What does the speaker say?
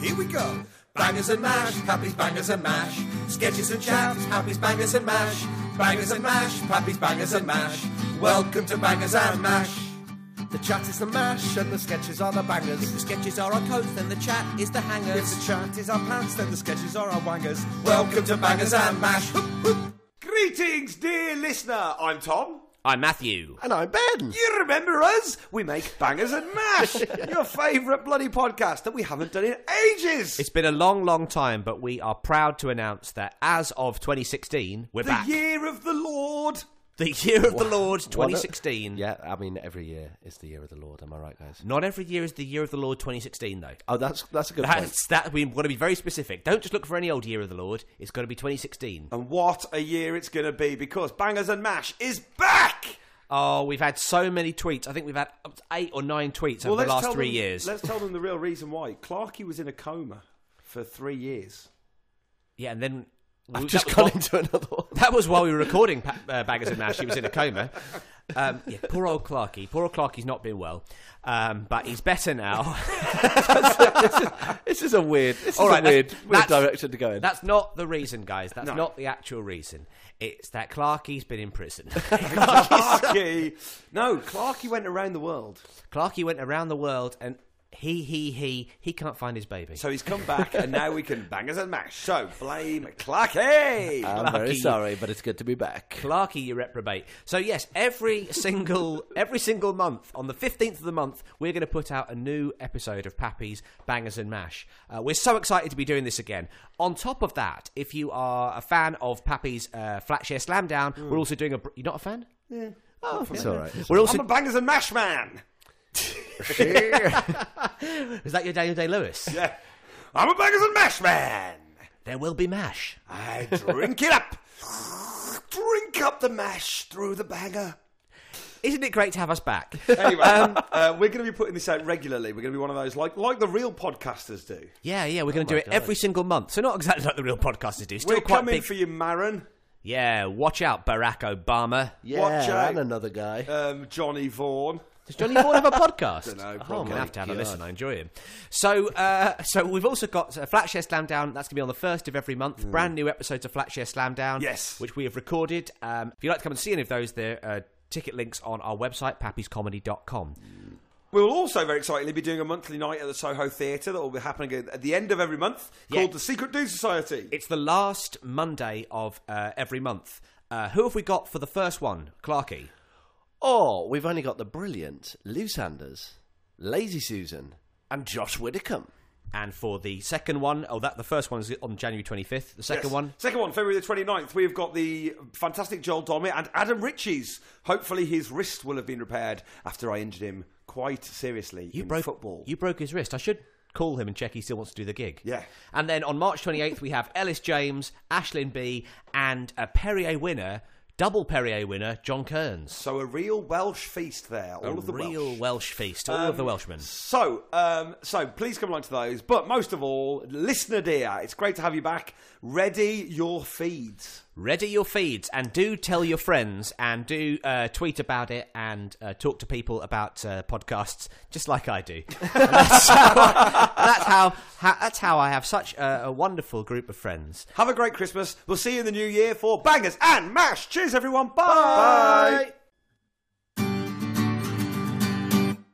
Here we go. Bangers and mash, Pappy's bangers and mash. Sketches and chats, Pappy's bangers and mash. Bangers and mash, Pappy's bangers and mash. Welcome to Bangers and Mash. The chat is the mash and the sketches are the bangers. The sketches are our coats, then the chat is the hangers. If the chat is our pants, then the sketches are our wangers. Welcome to Bangers and Mash. Hoop, hoop. Greetings, dear listener. I'm Tom. I'm Matthew. And I'm Ben. You remember us? We make Bangers and Mash, your favourite bloody podcast that we haven't done in ages. It's been a long, long time, but we are proud to announce that as of 2016, we're the back. year of the Lord. the year of the Lord 2016. Yeah, Uh, I mean every year is the year of the Lord. Am I right, guys? Not every year is the year of the Lord 2016, though. Oh, that's that's a good point. That's that. We've got to be very specific. Don't just look for any old year of the Lord. It's got to be 2016. And what a year it's going to be because Bangers and Mash is back. Oh, we've had so many tweets. I think we've had up to eight or nine tweets over the last tell three them- years. Let's tell them the real reason why. Clarkey was in a coma for three years. Yeah, and then I've we- just that was gone what- into another one. That was while we were recording pa- uh, Baggers and Mash. He was in a coma. Um, yeah, poor old Clarky. Poor old Clarky's not been well, um, but he's better now. This is a weird. This All is right, a weird, that's- weird that's- direction to go in. That's not the reason, guys. That's No. not the actual reason. It's that Clarky's been in prison. Clarkey. no, Clarkey went around the world. Clarky went around the world and he, he, he, he can't find his baby. So he's come back, and now we can bangers and mash. So blame Clarky. I'm very lucky. sorry, but it's good to be back. Clarky, you reprobate. So yes, every single every single month on the fifteenth of the month, we're going to put out a new episode of Pappy's Bangers and Mash. Uh, we're so excited to be doing this again. On top of that, if you are a fan of Pappy's uh, Flatshare Slam Down, Hmm. we're also doing a. br- You're not a fan? Oh, it's all right. We're I'm also. a bangers and mash man. Is that your Daniel Day Lewis? Yeah. I'm a bangers and mash man. There will be mash. I drink it up. drink up the mash through the banger. Isn't it great to have us back? Anyway, um, uh, we're going to be putting this out regularly. We're going to be one of those, like like the real podcasters do. yeah, yeah, we're going to do it every single month. So not exactly like the real podcasters do. Still Oh we're quite coming big. for you, Maron, yeah, watch out, Barack Obama. Yeah, Watch out. and another guy. um, Johnny Vaughan. Does Johnny Vaughan have a podcast? Dunno, oh, I'm probably. gonna have to have a God. listen. I enjoy him. So, uh, so we've also got uh, Flatshare Slam Down. That's going to be on the first of every month. Brand new episodes of Flatshare Slam Down. Mm. Yes. which we have recorded. Um, if you'd like to come and see any of those, there are ticket links on our website, pappyscomedy.com. We will also very excitedly be doing a monthly night at the Soho Theatre that will be happening at at the end of every month Yeah. called the Secret Dude Society. It's the last Monday of uh, every month. Uh, who have we got for the first one, Clarky? Or Oh, we've only got the brilliant Lou Sanders, Lazy Susan, and Josh Widdicombe. And for the second one, oh, that the first one is on January twenty fifth. The second Yes. one, Second one, February the 29th. We've got the fantastic Joel Dommett and Adam Ritchie's. Hopefully his wrist will have been repaired after I injured him quite seriously You in broke football. You broke his wrist. I should call him and check he still wants to do the gig. Yeah. And then on March 28th we have Ellis James, Ashlyn B, and a Perrier winner, double Perrier winner, John Kearns. so a real Welsh feast there. All of the Real Welsh. Um, Welsh, feast. All of the Welshmen. So, um, so please come along to those. But most of all, listener dear, it's great to have you back. Ready your feeds. Ready your feeds and do tell your friends and do uh, tweet about it and uh, talk to people about uh, podcasts just like I do. And that's, how I, that's how ha- that's how I have such a, a wonderful group of friends. Have a great Christmas. We'll see you in the new year for bangers and mash. Cheers, everyone. Bye. Bye.